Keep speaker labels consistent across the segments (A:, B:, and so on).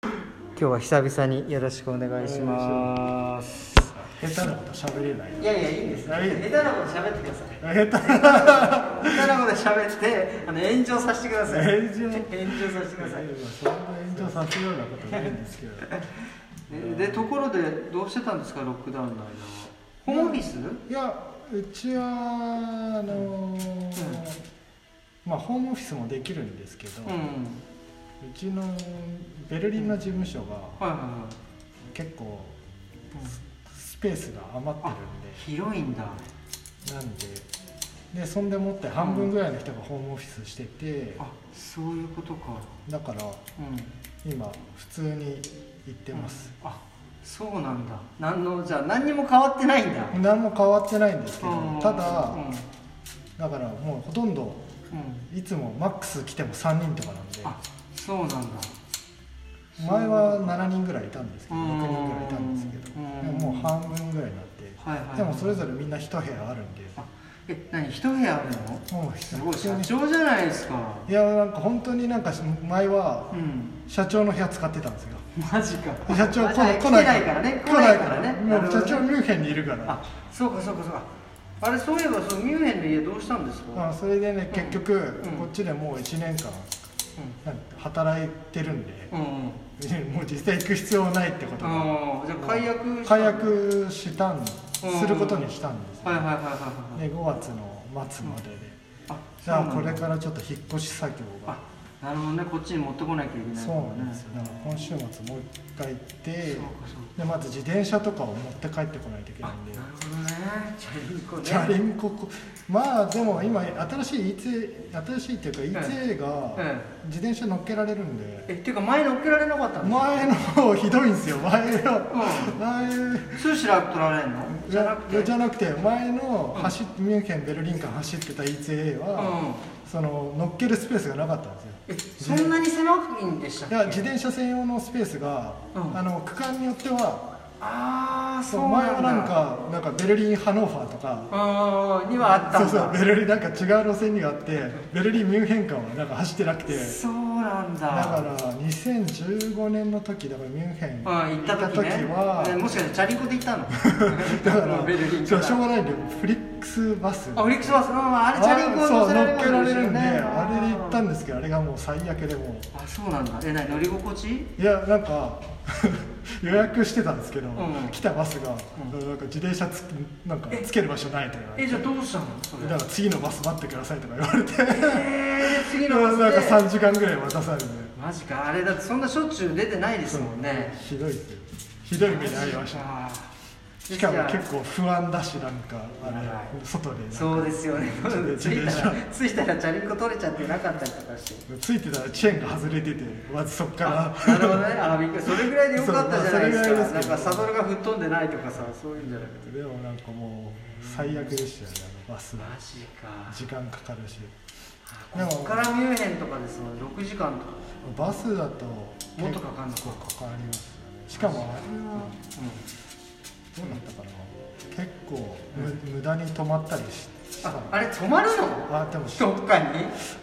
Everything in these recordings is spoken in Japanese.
A: 今日は久々によろしくお願いします
B: 下手なこと喋れない
A: いやいやいいです下
B: あいい
A: 手なこと喋ってください
B: 下手
A: 下手なこと喋ってあの炎上させてください炎上
B: 炎上
A: させてください
B: そんな炎上させるようなことないんですけど
A: ででところでどうしてたんですかロックダウンの間はホームオフィス、
B: いやうちはあのーまあホームオフィスもできるんですけど、
A: うん、
B: うちのベルリンの事務所が
A: はいはいはい
B: 結構
A: うん
B: スペースが余ってるんで、
A: 広いんだ
B: なんででそんでもって半分ぐらいの人がホームオフィスしてて、
A: あそういうことか
B: だから
A: うん
B: 今普通に行ってます、
A: うんあそうなんだ何のじゃあ何にも変わってないんだ、
B: 何も変わってないんですけど、
A: うん
B: ただ、
A: うんうん
B: だからもうほとんどいつもマックス来ても3人とかなんで
A: あそうなんだ
B: 前は7人ぐらいいたんですけど
A: うん
B: 6人ぐらいいたんですけど
A: うん
B: でももう半分ぐらいになって
A: はいはい
B: でもそれぞれみんな1部屋あるんで
A: あえ何一部屋あるの
B: もう
A: すごい
B: 必
A: 社
B: 要に
A: 長じゃないですか
B: いやなんか本当になんか前は
A: うん
B: 社長の部屋使ってたんですよ
A: マジか
B: 社長
A: あ
B: 来
A: じゃあ
B: ない
A: 来ないからね
B: 来ない
A: 来
B: か
A: ないから
B: ら
A: ね
B: ね
A: なる
B: もう
A: ほど
B: 社
A: ね
B: 長ミュンヘンにいるから
A: あそうかそうかそうかあれそういえばそうミュンヘンの家どうしたんですか
B: あそれでね結局
A: ん
B: こっちでもう1年間なんか働いてるんで
A: うんうん
B: もう実際行く必要はないってことが
A: ああじゃあ解約した
B: 解約したんすることにしたんです
A: はい
B: ね
A: はいはいはいはい
B: で5月の末までで、
A: あ
B: じゃあ
A: そ
B: こ
A: うな
B: れ
A: んだ
B: からちょっと引っ越し作業が
A: あなるほどねこっちに持ってこなきゃいけない
B: そうなんですよだ
A: ね
B: から今週末もう一回行って
A: そうかそうか
B: でまず自転車とかを持って帰ってこないといけな
A: あ
B: いんで
A: なるほどねチャリンコね
B: チャリンコこまあでも今新しい ETA 新しいっていうか
A: え
B: ETA が
A: え
B: 自転車乗っけられるんで
A: ええっていうか前乗っけられなかったんですか
B: 前の方ひどいんですよ前の前
A: スーシラ取られんの
B: い
A: じゃな
B: や
A: く
B: い
A: て
B: やじゃなくて前の走っミュンヘンベルリン間走ってた ETA
A: う
B: は、
A: ん
B: その乗っけるスペースがなかったんですよ
A: えそんなに狭くいいんでしたっ
B: い
A: け
B: や自転車専用のスペースが、
A: うん
B: あの区間によっては
A: ああ
B: そ
A: そううなんだ
B: 前はなんかなんかベルリンハノーファーとか
A: あーにはあったん
B: そ
A: だ
B: うそうベルリンなんか違う路線にがあってベルリンミュンヘン間はなんか走ってなくてだ
A: そうなんだ
B: から2015年の時だからミュンヘン
A: うん行った時ね
B: は
A: えもしかしてチャリンコで行ったの
B: だから
A: ベルリン
B: そ
A: か
B: う
A: ら
B: しょうがないんでフリックスバス
A: あフリックスバスうんあれチャリンコ
B: そう
A: 乗せら
B: 乗
A: れる
B: っけられるん
A: かもし
B: で
A: ない
B: あれで行ったんですけどあれがもう最悪でも
A: あそうなんだえ何乗り心地
B: ういやなんか 予約してたんですけど、
A: ん
B: 来たバスが、なんか自転車つなんかつける場所ないとか
A: えじゃあどうしたのそれ
B: だから次のバス待ってくださいとか言われて
A: えー、次のバスで
B: なんか3時間ぐらい待たされて
A: マジかあれだってそんなしょっちゅう出てないですもんね
B: ひどいですよひどい目に遭いました
A: あー
B: しかも
A: じゃあ
B: 結構不安だしなんかあ
A: やば
B: れ外でなんか
A: そうですよ ね
B: ちょっと
A: 着い
B: 自
A: たら
B: 転
A: 着いたらチャリンコ取れちゃってなかったりとかして
B: ついてたらチェーンが外れててまずそっから
A: あなるほどねあびっくりそれぐらいでよかったじゃないです
B: そう
A: か
B: まあそれぐら
A: ないん
B: ですけど
A: かサドルが吹っ飛んでないとかさそういうんじゃなくて
B: でもなんかもう最悪でしたよねあのバス
A: マジか
B: 時間かかるしでも
A: こっからミュンヘンとかですもん6時間とか
B: バスだと
A: もっとかかんの
B: 結構かかりますよねしかもあれはどうだったかな結構む、無駄に止まったりしした
A: ああれ止まるの
B: あでもし
A: どっかに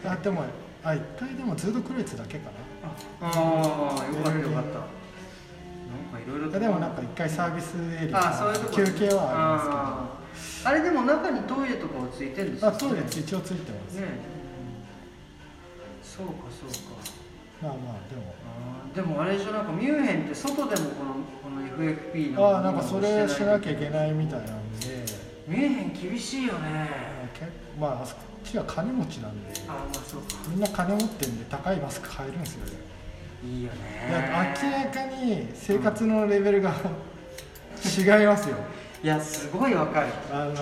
B: あでもあ一回でもずっとクルーツだけかな
A: ああーよかったよかったなんかいろいろ
B: でもなんか一回サービスエリア
A: あそういうとこ
B: 休憩はあ
A: りますけどあれでも中にトイレとかはついてるん
B: り
A: で
B: ます
A: す
B: けど
A: よ
B: あトイレ一応ついてます、
A: ねそうかそうか
B: まあまあでも
A: あーでもあれじゃなんかミュンヘンって外でもこのこの FFP の
B: ああなんかそれしなきゃいけないみたいなんで
A: ミュンヘン厳しいよね
B: けまああそこっちは金持ちなんで
A: あまあそうか
B: みんな金持ってんで高いマスク買えるんですよね
A: いいよね
B: いや明らかに生活のレベルが違いますよ
A: いやすごいわかる
B: あのー、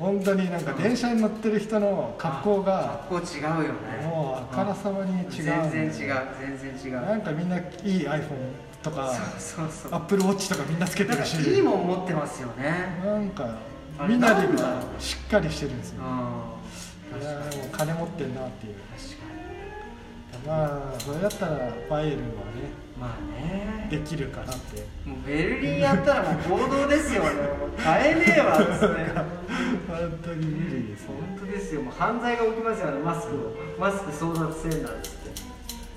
B: 本当になんか電車に乗ってる人の格好が
A: あ格好違うよね
B: もうあからさまに違うんん
A: 全
B: で
A: 然違う全然違う
B: なんかみんないい iPhone とか
A: そうそうそう
B: Apple Watch とかみんなつけて
A: なん
B: る
A: か
B: し
A: いいもん持ってますよね
B: なんか
A: あれ
B: みんな
A: な
B: で
A: んだ
B: しっかりしてるんです
A: う
B: よ
A: ん
B: い
A: 確かに
B: やでも金持ってんなっていう
A: 確かに
B: まあそれだったらバイエルンは
A: まあね
B: ねできるかな って
A: もうベルリンやったらもう暴動ですよねもう買えねえわっつって
B: 本当に無理ですね
A: 本当ですよもう犯罪が起きますよねマスクをマスク争奪戦なんつって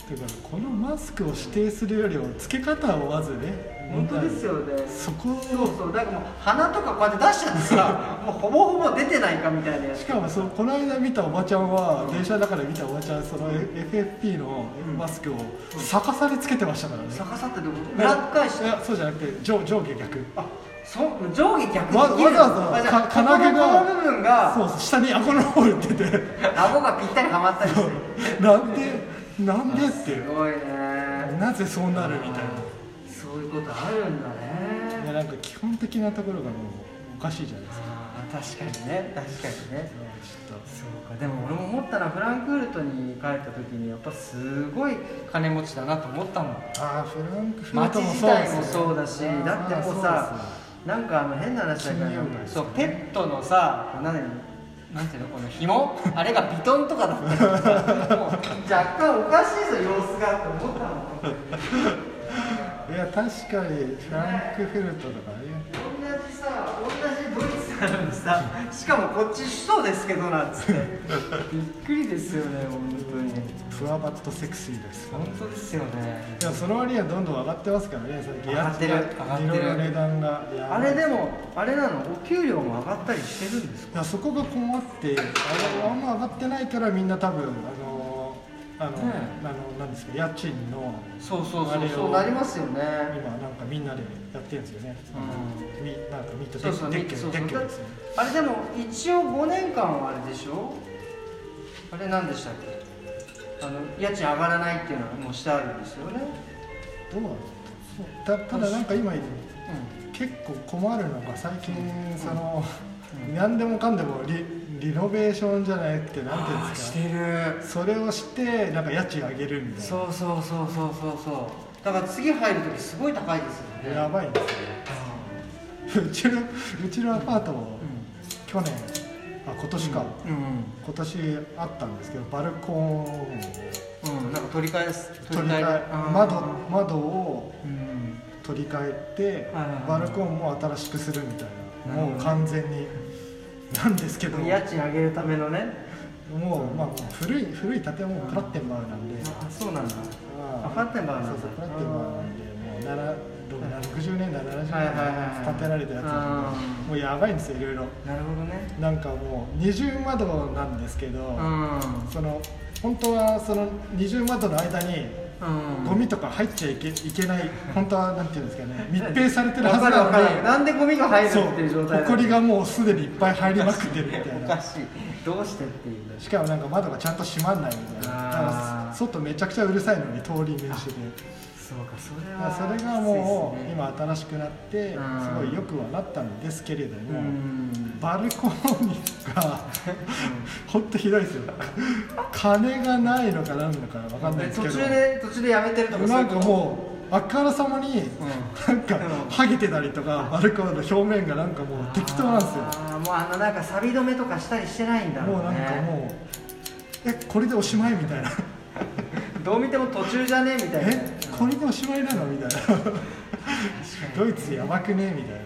B: だからこのマスクを指定するよりはつけ方をまずね
A: 本当ですよね
B: そこ
A: そう
B: を
A: そうだからもう鼻とかこうやって出しちゃってさもうほぼほぼ出てないかみたいなやつ
B: しかもそうこの間見たおばちゃんは、電車だから見たおばちゃんその FFP の
A: うん
B: マスクを逆さにつけてましたからね、
A: 逆さってどこ裏返し
B: いやそうじゃなくて上上下逆
A: あそう上下逆
B: わ
A: に切る
B: わざわざ
A: あじゃあ
B: か金
A: ここ
B: 具が
A: のこの部分が
B: そう下に顎の方行って て
A: 顎がぴったりはまったりして
B: なんでなんでってい
A: す
B: う
A: ごいね
B: なぜそうなるみたい
A: そういうことあるんだ
B: ない
A: ね
B: やなんか基本的なところがもうおかしいじゃないですか
A: あー確かにね確かにね
B: ちょっと
A: そうかでも俺も思ったなフランクフルトに帰った時にやっぱすごい金持ちだなと思ったもん
B: ああフランクフル
A: 街
B: トも
A: 自
B: そうで
A: 体
B: す、ね、
A: もそうだしだってもうさなんかあの変な話だけど
B: 金曜日です
A: そ
B: ね
A: うペットのさこう何なんていうのこの紐あれがビトンとかだった からさもう若干おかしいぞ様子がって思ったもん
B: あそうそういや確かにフランクフルトとかああいう
A: 同じさ同じドイツなのにさしかもこっち首都ですけどなんつってびっくりですよね本当に
B: プワバットセクシーですからね
A: 本当ですよね
B: いやその割にはどんどん上がってますからね最近
A: 上がってる
B: や
A: 上がってる
B: いろいろ値段がいや
A: あれでもあれなのお給料も上がったりしてるんですか
B: いやそこが困ってあのあんま上がってないからみんな多分あのあの、
A: ねえ
B: あのなんですか家賃の
A: そうそう
B: あ
A: そ
B: れ
A: う
B: を
A: そうなりますよね
B: 今なんかみんなでやってるんですよね、
A: う
B: みなんかミート
A: そうそう
B: デッキ
A: ミートそうそう
B: デッキですね
A: あれでも一応5年間はあれでしょあれ何でしたっけあの家賃上がらないっていうのはもうしてあるんですよね、
B: どうなんそうだただなんか今
A: う
B: 結構困るのが最近その、
A: うん
B: 何でもかんでもリリノベーションじゃないってなんていうんですか
A: してる
B: それをしてなんか家賃上げるみたい
A: そうそうそうそうそうそうだから次入る時すごい高いですよ
B: な
A: ね
B: やばいんですよ うちのうちのアパートも去年あ今年か、
A: うん
B: 今年あったんですけどバルコンを
A: うん、うん、なんか取り返す
B: 取り
A: 返
B: 替え
A: あー
B: 窓窓を
A: うん
B: 取り替えて
A: はいはいはい
B: バルコンも新しくするみたいな
A: なるほど
B: もう完全になんですけど
A: 家賃上げるためのね
B: もうまあもう古い古い建物プラッテンバーなんで
A: あそうなんだ
B: まあ
A: あプラッテンバーなんだ
B: そうそうプラッテンバーなんでもうならどうな60年70年
A: はいはいはい
B: 建てられたやつなんで
A: うん
B: もうやばいんですよいろいろ
A: なるほどね
B: なんかもう二重窓なんですけど
A: う
B: その本当はその二重窓の間に
A: んうん
B: ゴミとか入っちゃいけいけない本当はなんていうんですか ね密閉されてるはずな
A: わかるわかる
B: の
A: なんでゴミが入
B: に
A: る
B: そう
A: っていう状態
B: ほこりがもうすでにいっぱい入りまくってるみたい
A: お
B: な
A: かしいどうしてっていうね
B: しかもなんか窓がちゃんと閉まんないみたいなだ
A: あー
B: から外めちゃくちゃうるさいのに通り飯で
A: そうかそれ
B: だ
A: は
B: からそれがもう今新しくなってす
A: うん
B: ごいよくはなったんですけれど
A: う
B: も
A: ん
B: バルコニーがほんとひどいですよ金がないのかなんのかわかんないです
A: 途
B: けど
A: 中で途中でやめてるとか
B: なんか
A: そういうこ
B: もうあからさまに
A: とうん
B: なんか
A: うん
B: ハゲてたりとかバルコンの表面がなんかもう適当なんですよ
A: あーもうあのなんか錆止めとかしたりしてないんだろうね
B: もうなんかもうえこれでおしまいみたいな
A: どう見ても途中じゃねえみたいな
B: えこれでおしまいなのみたいなドイツやばくねみたいない
A: や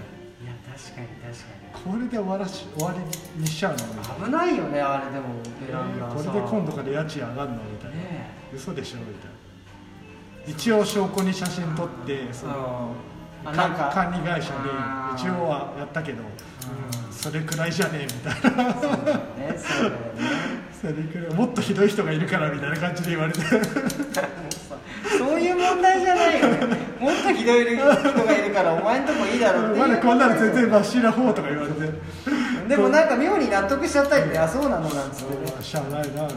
A: 確かに確
B: これで終わらし終わりにしちゃうのみた
A: か
B: い
A: に危ないよねあれでもベランダ
B: な
A: さ
B: これで今度から家賃上がんのみたいな
A: ね
B: 嘘でしょみたいな一応証拠に写真撮ってその
A: あ
B: か
A: なんか
B: 管理会社に
A: あー
B: 一応はやったけ
A: ん
B: どそれくらいじゃねえみたいな
A: えそうだよねそうだよね
B: それくらいもっとひどい人がいるからみたいな感じで言われて
A: そういう問題じゃないよね。もっとひどい人がいるから、お前んとこいいだろうっていう
B: まだこんなの全然真っ白な方とか言われて
A: でもなんか妙に納得しちゃったりって、あ、そうなのなんつってね。
B: まあしゃあないなみたいな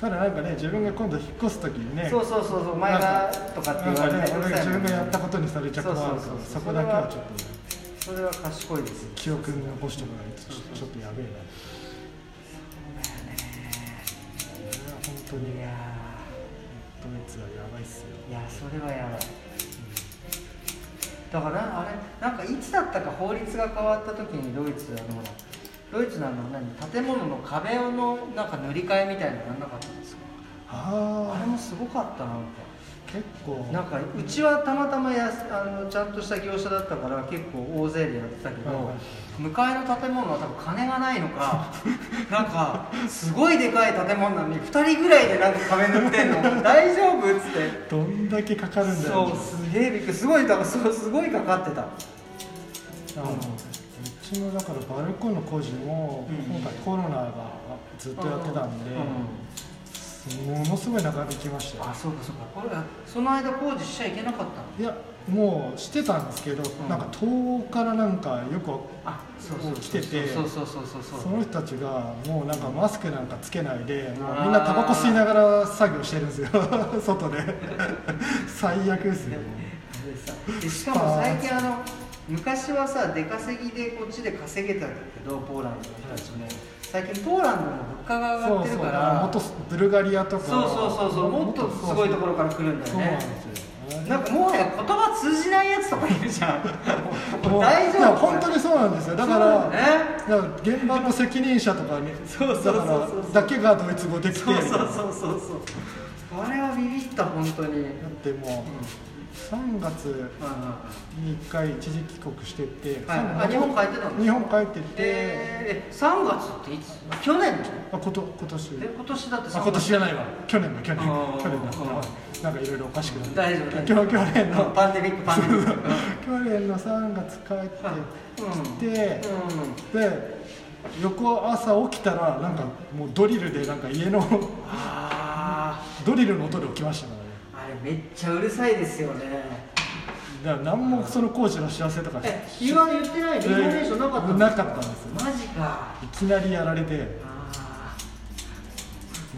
B: ただなんかね自分が今度引っ越す時にね
A: そうそうそうそう、お前がとかって
B: な
A: 言
B: ん
A: わ
B: か
A: れ
B: ね
A: て、う
B: 俺
A: る
B: が
A: さい
B: 自
A: もん
B: 分
A: ね
B: がやったことにされちゃ困るから
A: そうそうそう
B: そこだけはちょっと
A: それは賢いですよ。
B: 記憶に残しておかないとちょっとちょっとやべえなそれは本当に
A: い
B: ね
A: や
B: ドイツはやばいっすよ
A: ー、いや、それはやばい。だから、あれ、なんかいつだったか法律が変わった時にドイツ、あの、ほらドイツのあの何建物の壁のなんか塗り替えみたいなのなんなかったんですかあれ
B: あ
A: もすごかったなって。
B: 結構
A: なんかうちはたまたまやすあのちゃんとした業者だったから結構大勢でやってたけど、
B: はいはい
A: 向かいの建物は多分金がないのか なんかすごいでかい建物なのに2人ぐらいでなんか壁塗ってん の大丈夫っつって
B: どんだけかかるんだよ
A: そうすげえびっくりすごいだからそうすごいかかってた
B: あのうちのだからバルコンの工事も
A: うん
B: 今回コロナがずっとやってたんで、
A: う
B: ものすごい長引きました
A: んあ
B: よ
A: そうかそうかこれはその間工事しちゃいけなかったの
B: いやもうしてたんですけど、
A: ん
B: なんか東欧からなんかよく
A: あそうそうそう
B: 来てて
A: そうそうそうそう
B: その人たちがもうなんかマスクなんかつけないでも
A: あー
B: うみんなタバコ吸いながら作業してるんですよ 外で最悪ですよ
A: でさでしかも最近あの昔はさ出稼ぎでこっちで稼げたんだけどポーランドの人たちも最近ポーランドの物価が上
B: そ
A: がっ
B: う
A: て
B: そ
A: る
B: う
A: か
B: だからも
A: ら
B: っとブルガリアとか
A: そうそうそうそうもっとすごいところから来るんだよ
B: そうなんです
A: ね
B: よ
A: なんかもはや言葉通じないやつとかいるじゃんもう大丈
B: いや
A: 夫
B: 本当にそうなんですよだか
A: そう
B: ら
A: だよね
B: だから現場の責任者とかに
A: そうそうそうそう
B: だからだけがドイツ語できて
A: そうそうそうそうそうあれはビビった本当にうんうん
B: だってもう3月に1回一時帰国してて、
A: はい
B: 3
A: あ日本帰ってたの
B: 日本帰ってて、
A: えー、3月っていつ去年の
B: あこと今年
A: え今年だって3月
B: あ今年じゃないわ去年の去年
A: あー
B: 去年だ
A: あ
B: ったなんかいろいろおかしくなって
A: 大丈夫大丈
B: 去
A: 夫
B: 去年の
A: パンデミックパンデミックうん
B: 去年の3月帰ってきて、で翌朝起きたらなんかもうドリルでなんか家の
A: あ
B: ドリルの音で起きましたからね
A: ーあれめっちゃうるさいですよね
B: だから何もその工事の幸せとか
A: え言わ言ってないリフォーメーションなかったの
B: なかったんですよ
A: マジか
B: いきなりやられて
A: あ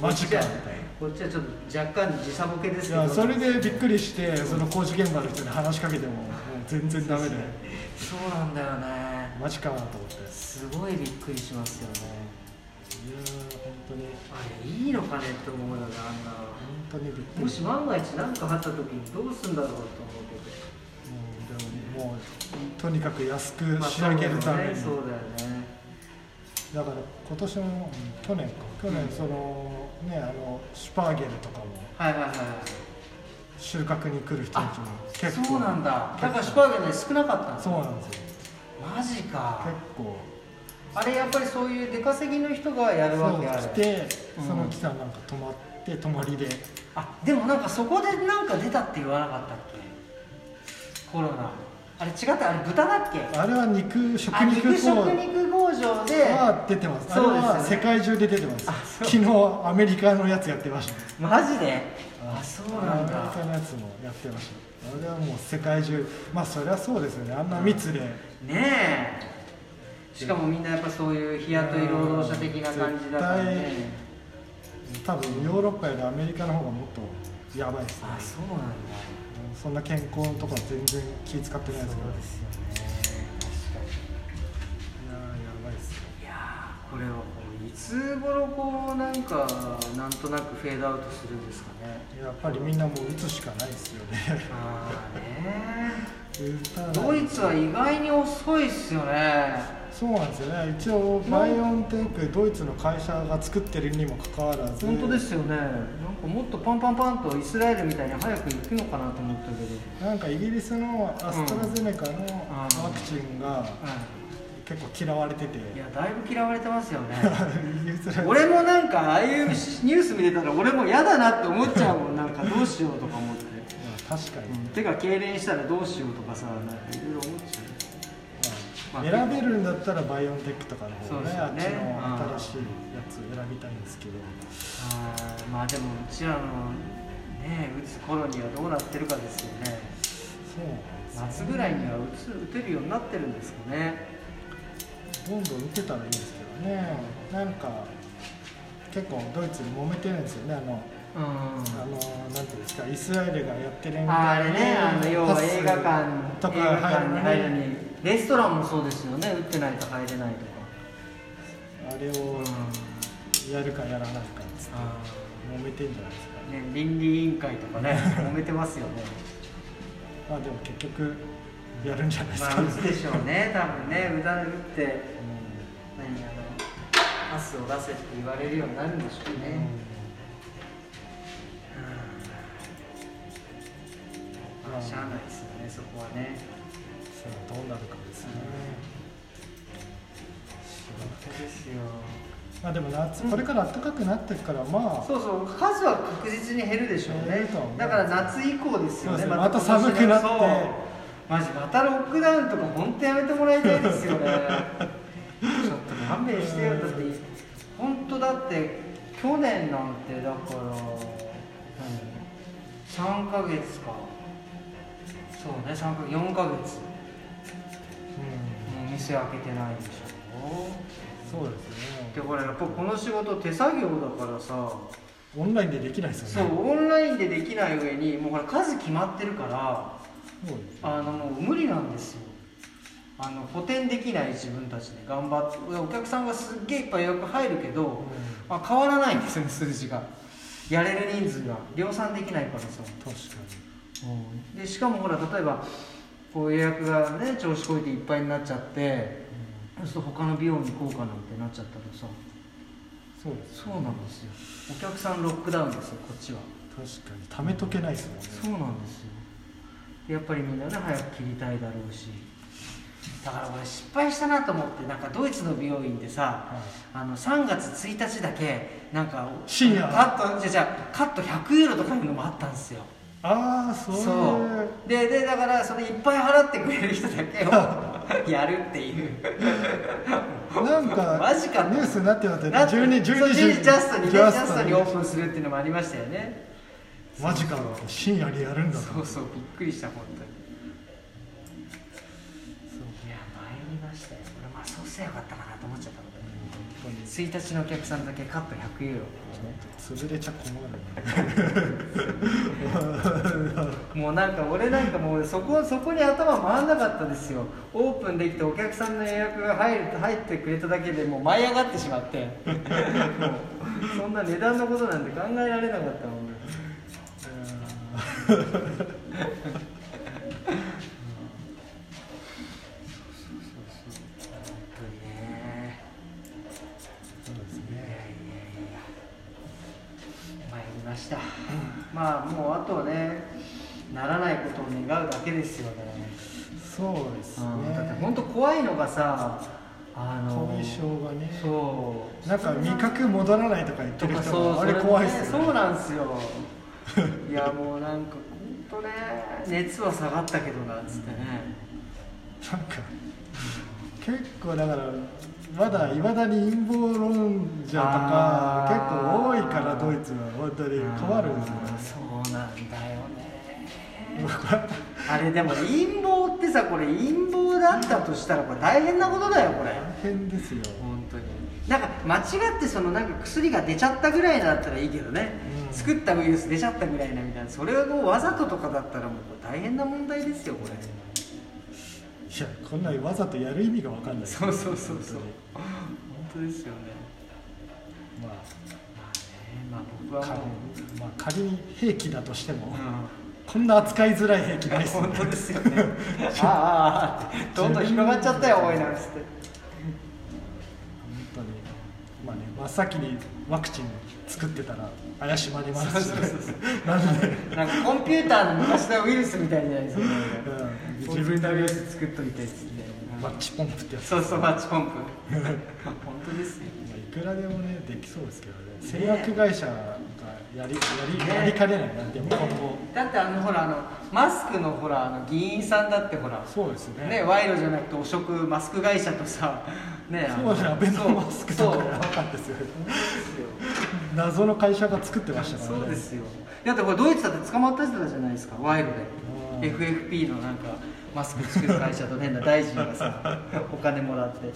B: マジかみたい
A: ーこっちはちょっと若干時差ボケですけ
B: な
A: ど
B: いやそれでびっくりしてその工事現場の人に話しかけてももう全然ダメで
A: そうなんだよね
B: マジかなと思っていや
A: すごいびっくりしますよね
B: ー本当に
A: あれいいのかねって思うよねあんな
B: 本当にびっく
A: も
B: り
A: し
B: も
A: 万が一何かあった時にどうすんだろうと思うけど
B: うでももうとにかく安く
A: まあ
B: 仕上げるために、
A: そうだよね
B: だから今年のうん去年か去
A: うん
B: 年その、ねあのシュパーゲルとかも
A: はいはいはい
B: 収穫に来る人たちも結構
A: そうなんだだからシュ
B: 構
A: パーゲルね少なかったんだ
B: そうなんですよ
A: マジか
B: 結構
A: あれやっぱりそういう出稼ぎの人がやるわけあ
B: そう来
A: る
B: て
A: うん
B: その期間なんか泊まって泊まりで
A: あでもなんかそこでなんか出たって言わなかったっけコロナあれ違ったあれ豚だっけ
B: あれは肉食
A: あ肉
B: 肉
A: 食
B: 工
A: 肉工場で
B: は出てますあれ
A: そうですよね
B: は世界中で出てます
A: あそう
B: 昨日アメリカのやつやってました
A: マジであそうなん
B: アメリカ
A: だ
B: のやつもやってましたあれはもう世界中まあそりゃそうですよねあんな密で、
A: ねえしかもみんなやっぱそういう日雇い労働者的な感じだから
B: うん
A: ね
B: 絶多分ヨーロッパよりアメリカの方がもっとやばいですね
A: あそうなんだ
B: そんな健康のところ全然気使ってないですけど
A: そうですよね確かに
B: いやーやばいですよ
A: いやーこれはこういつ頃こうなんかなんとなくフェードアウトするんですかね
B: やっぱりみんなもう打つしかないですよ ね
A: ああね
B: 打たない
A: ドイツは意外に遅いっすよね
B: そうなんですよね一応バイオンテックドイツの会社が作ってるにもかかわらず
A: 本当ですよねなんかもっとパンパンパンとイスラエルみたいに早く行くのかなと思ったけど、
B: なんかイギリスのアストラゼネカのワクチンが
A: う
B: 結構嫌われて て、
A: ん、いやだいぶ嫌われてますよね
B: イギリスの
A: 俺もなんかああいうしニュース見てたら俺も嫌だなって思っちゃうもんなんかどうしようとか思って、
B: 確かに、
A: うん、手が痙攣したらどうしようとかさなんかいろいろ思っちゃう
B: まあ選べるんだったらバイオンテックとかの方
A: そう
B: が
A: で
B: ね
A: すよ
B: あっ
A: ね
B: ちの新しいやつ選びたいんですけど
A: あーまあでもうちらのね打つ頃にはどうなってるかですよね
B: そうなんです
A: 夏
B: よ
A: ぐらいには打つ打てるようになってるんですかね
B: どんどん打てたらいいんですけどねなんか結構ドイツで揉めてるんですよねあの
A: うん
B: あのなんていうんですかイスラエルがやってるみ
A: あ
B: たい
A: れ
B: に
A: ねあの要
B: パ
A: は
B: ス
A: 映画館
B: とか
A: 映画館に入
B: 入
A: る
B: る
A: の
B: のに
A: にレストランもそうですよね打ってないと入れないとか
B: あれをやるかやらないかっつって
A: あ
B: 揉めてんじゃないですか
A: ーね倫理委員会とかね揉めてますよね
B: まあでも結局やるんじゃないです
A: ま
B: か、
A: あ打つでしょうね多分ね無駄に打って何あのパスを出せって言われるようになるんでしょうね、
B: うん
A: うんまあしゃあないですよねそこはね
B: さあどうなるかですね、
A: 本当ですよ
B: まあでも夏これから暖かくなっていくからまあ
A: そうそう数は確実に減るでしょう
B: 減
A: ね
B: ると思う
A: だから夏以降ですよ
B: そうで
A: ね
B: すね
A: ま
B: また寒くなって
A: そうマジまたロックダウンとか本当やめてもらいたいです よねちょっと勘弁してよだって本当だって去年なんてだから何3ヶ月かそうね3ヶ月4ヶ月もう店開けてないでしょ
B: そうですね
A: でこれやっぱこの仕事手作業だからさ
B: オンラインでできないです
A: そ
B: よね
A: うオンラインでできない上にもうこれ数決まってるから
B: そう
A: あのもう無理なんですよあの補填できない自分たちで頑張ってお客さんがすっげえいっぱい予約入るけど、まあ、変わらないんですよね数字がやれる人数が量産できないからさ、
B: です確か
A: でしかもほら例えばこう予約がね調子こいていっぱいになっちゃって
B: に、うん
A: そうすると他の美容に行こうかなんてなっちゃったらさ
B: そうです
A: そうなんですよお客さんロックダウンですよこっちは
B: 確かにためとけないですもんね
A: そうなんですよやっぱりみんなね早く切りたいだろうしだから俺失敗したなと思ってなんかドイツの美容院でさ
B: はい
A: あの3月1日だけなんか
B: 深夜
A: カットじゃじゃカット100ユーロとかいうのもあったんですよ
B: ああそういう
A: そうででだからそれいっぱい払ってくれる人だけを やるっていう
B: なんか
A: マジか
B: ニュースになってなって
A: なんて
B: 12時
A: そう12時ジャストにねジャストにオー
B: プ
A: プンするっていうのもありましたよね
B: ンマジか深夜にやるんだと
A: そうそうびっくりした本当にいや参りましたよこれまあそうすればよかったかなと思っちゃったので
B: 本
A: 1日のお客さんだけカット100ユーロ
B: 当に潰れちゃ困
A: もうなんか俺なんかもうそこそこに頭回んなかったですよオープンできてお客さんの予約が入る入ってくれただけでもう舞い上がってしまって もうそんな値段のことなんて考えられなかったもん
B: るな
A: 本当にね
B: そうです
A: いやいやいや
B: ね
A: 参りましたまあもうあとはねならないことを願うだけですよね
B: そうですね
A: うんだって本当怖いのがさあの
B: 後遺症がね
A: そう
B: なんか味覚戻らないとか言って
A: と
B: る
A: か
B: 人
A: そう
B: もあれ
A: そもね
B: 怖いっすよ
A: そう
B: ね
A: なんですよいやもうなんか本当ね熱は下がったけどなっつってね、
B: なんか結構だからまだいまだに陰謀論者とか
A: あー
B: 結構多いからドイツは本当に困るんですよ
A: あーそうなんだよねあれでも陰謀ってさこれ陰謀だったとしたらこれ大変なことだよこれ
B: 大変ですよ
A: 本当になんか間違ってそのなんか薬が出ちゃったぐらいだったらいいけどね、
B: うん
A: 作ったウイルス出ちゃったぐらいなみたいなそれをわざととかだったらもうこれ大変な問題ですよこれ
B: いやこんなにわざとやる意味が分かんない
A: そうそうそうそう
B: 本
A: 本当ですよね
B: 当に
A: まあねまあ
B: ま
A: 僕
B: あ
A: は
B: 仮
A: もう、
B: にまあ仮に兵器だとしても、
A: う
B: こんな扱いづらい兵器ない
A: ん、
B: っすね
A: 本当ですよねああああってどんどん広がっちゃったよおいなんつって
B: 本当にまあね真っ先にワクチン作ってたら怪しまれますし、ね、
A: そうそうそう
B: なんで、
A: なんかコンピューターの昔のウイルスみたいじゃないですか
B: うん
A: 自分でウイルス作っといてっつって、
B: マッチポンプってやつ
A: そうそうマッチポンプ本当ですよ
B: まあ、いくらでもねできそうですけどね製薬会社がやりやりやりかねないなでも今後
A: だってあのほらあのマスクのほらあの議員さんだってほら
B: そうですね
A: ね賄賂じゃなくて汚職マスク会社とさねあ
B: そう
A: の
B: じゃアベノマスクとか
A: そう
B: やばかったですよ謎の会社が作ってましたから
A: そう
B: ね
A: そうですよだってこれドイツだって捕まった人たじゃないですか賄賂で
B: うん
A: FFP のなんかマスク作る会社と変な大臣がさ お金もらってや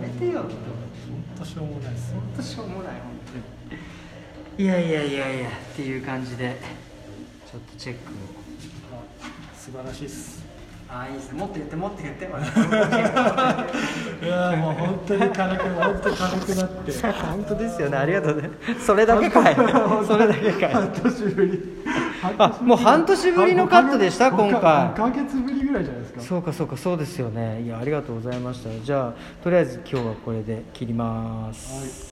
A: めてよと
B: 本当しょうもないですよ
A: 本当しょうもない本当にいやいやいやいやっていう感じでちょっとチェックを。
B: あ素晴らしいっす
A: ああいいですねもっと言ってもっと言って
B: いやー もう本当に軽く本当に軽くなって
A: 本当ですよねありがとうねそれだけかいそれだけかい
B: 半年ぶり
A: あもう半年ぶりのカットでした今回
B: 5か月ぶりぐらいじゃないです か
A: そうかそうかそうですよねいやありがとうございましたじゃあとりあえず今日はこれで切ります、
B: はい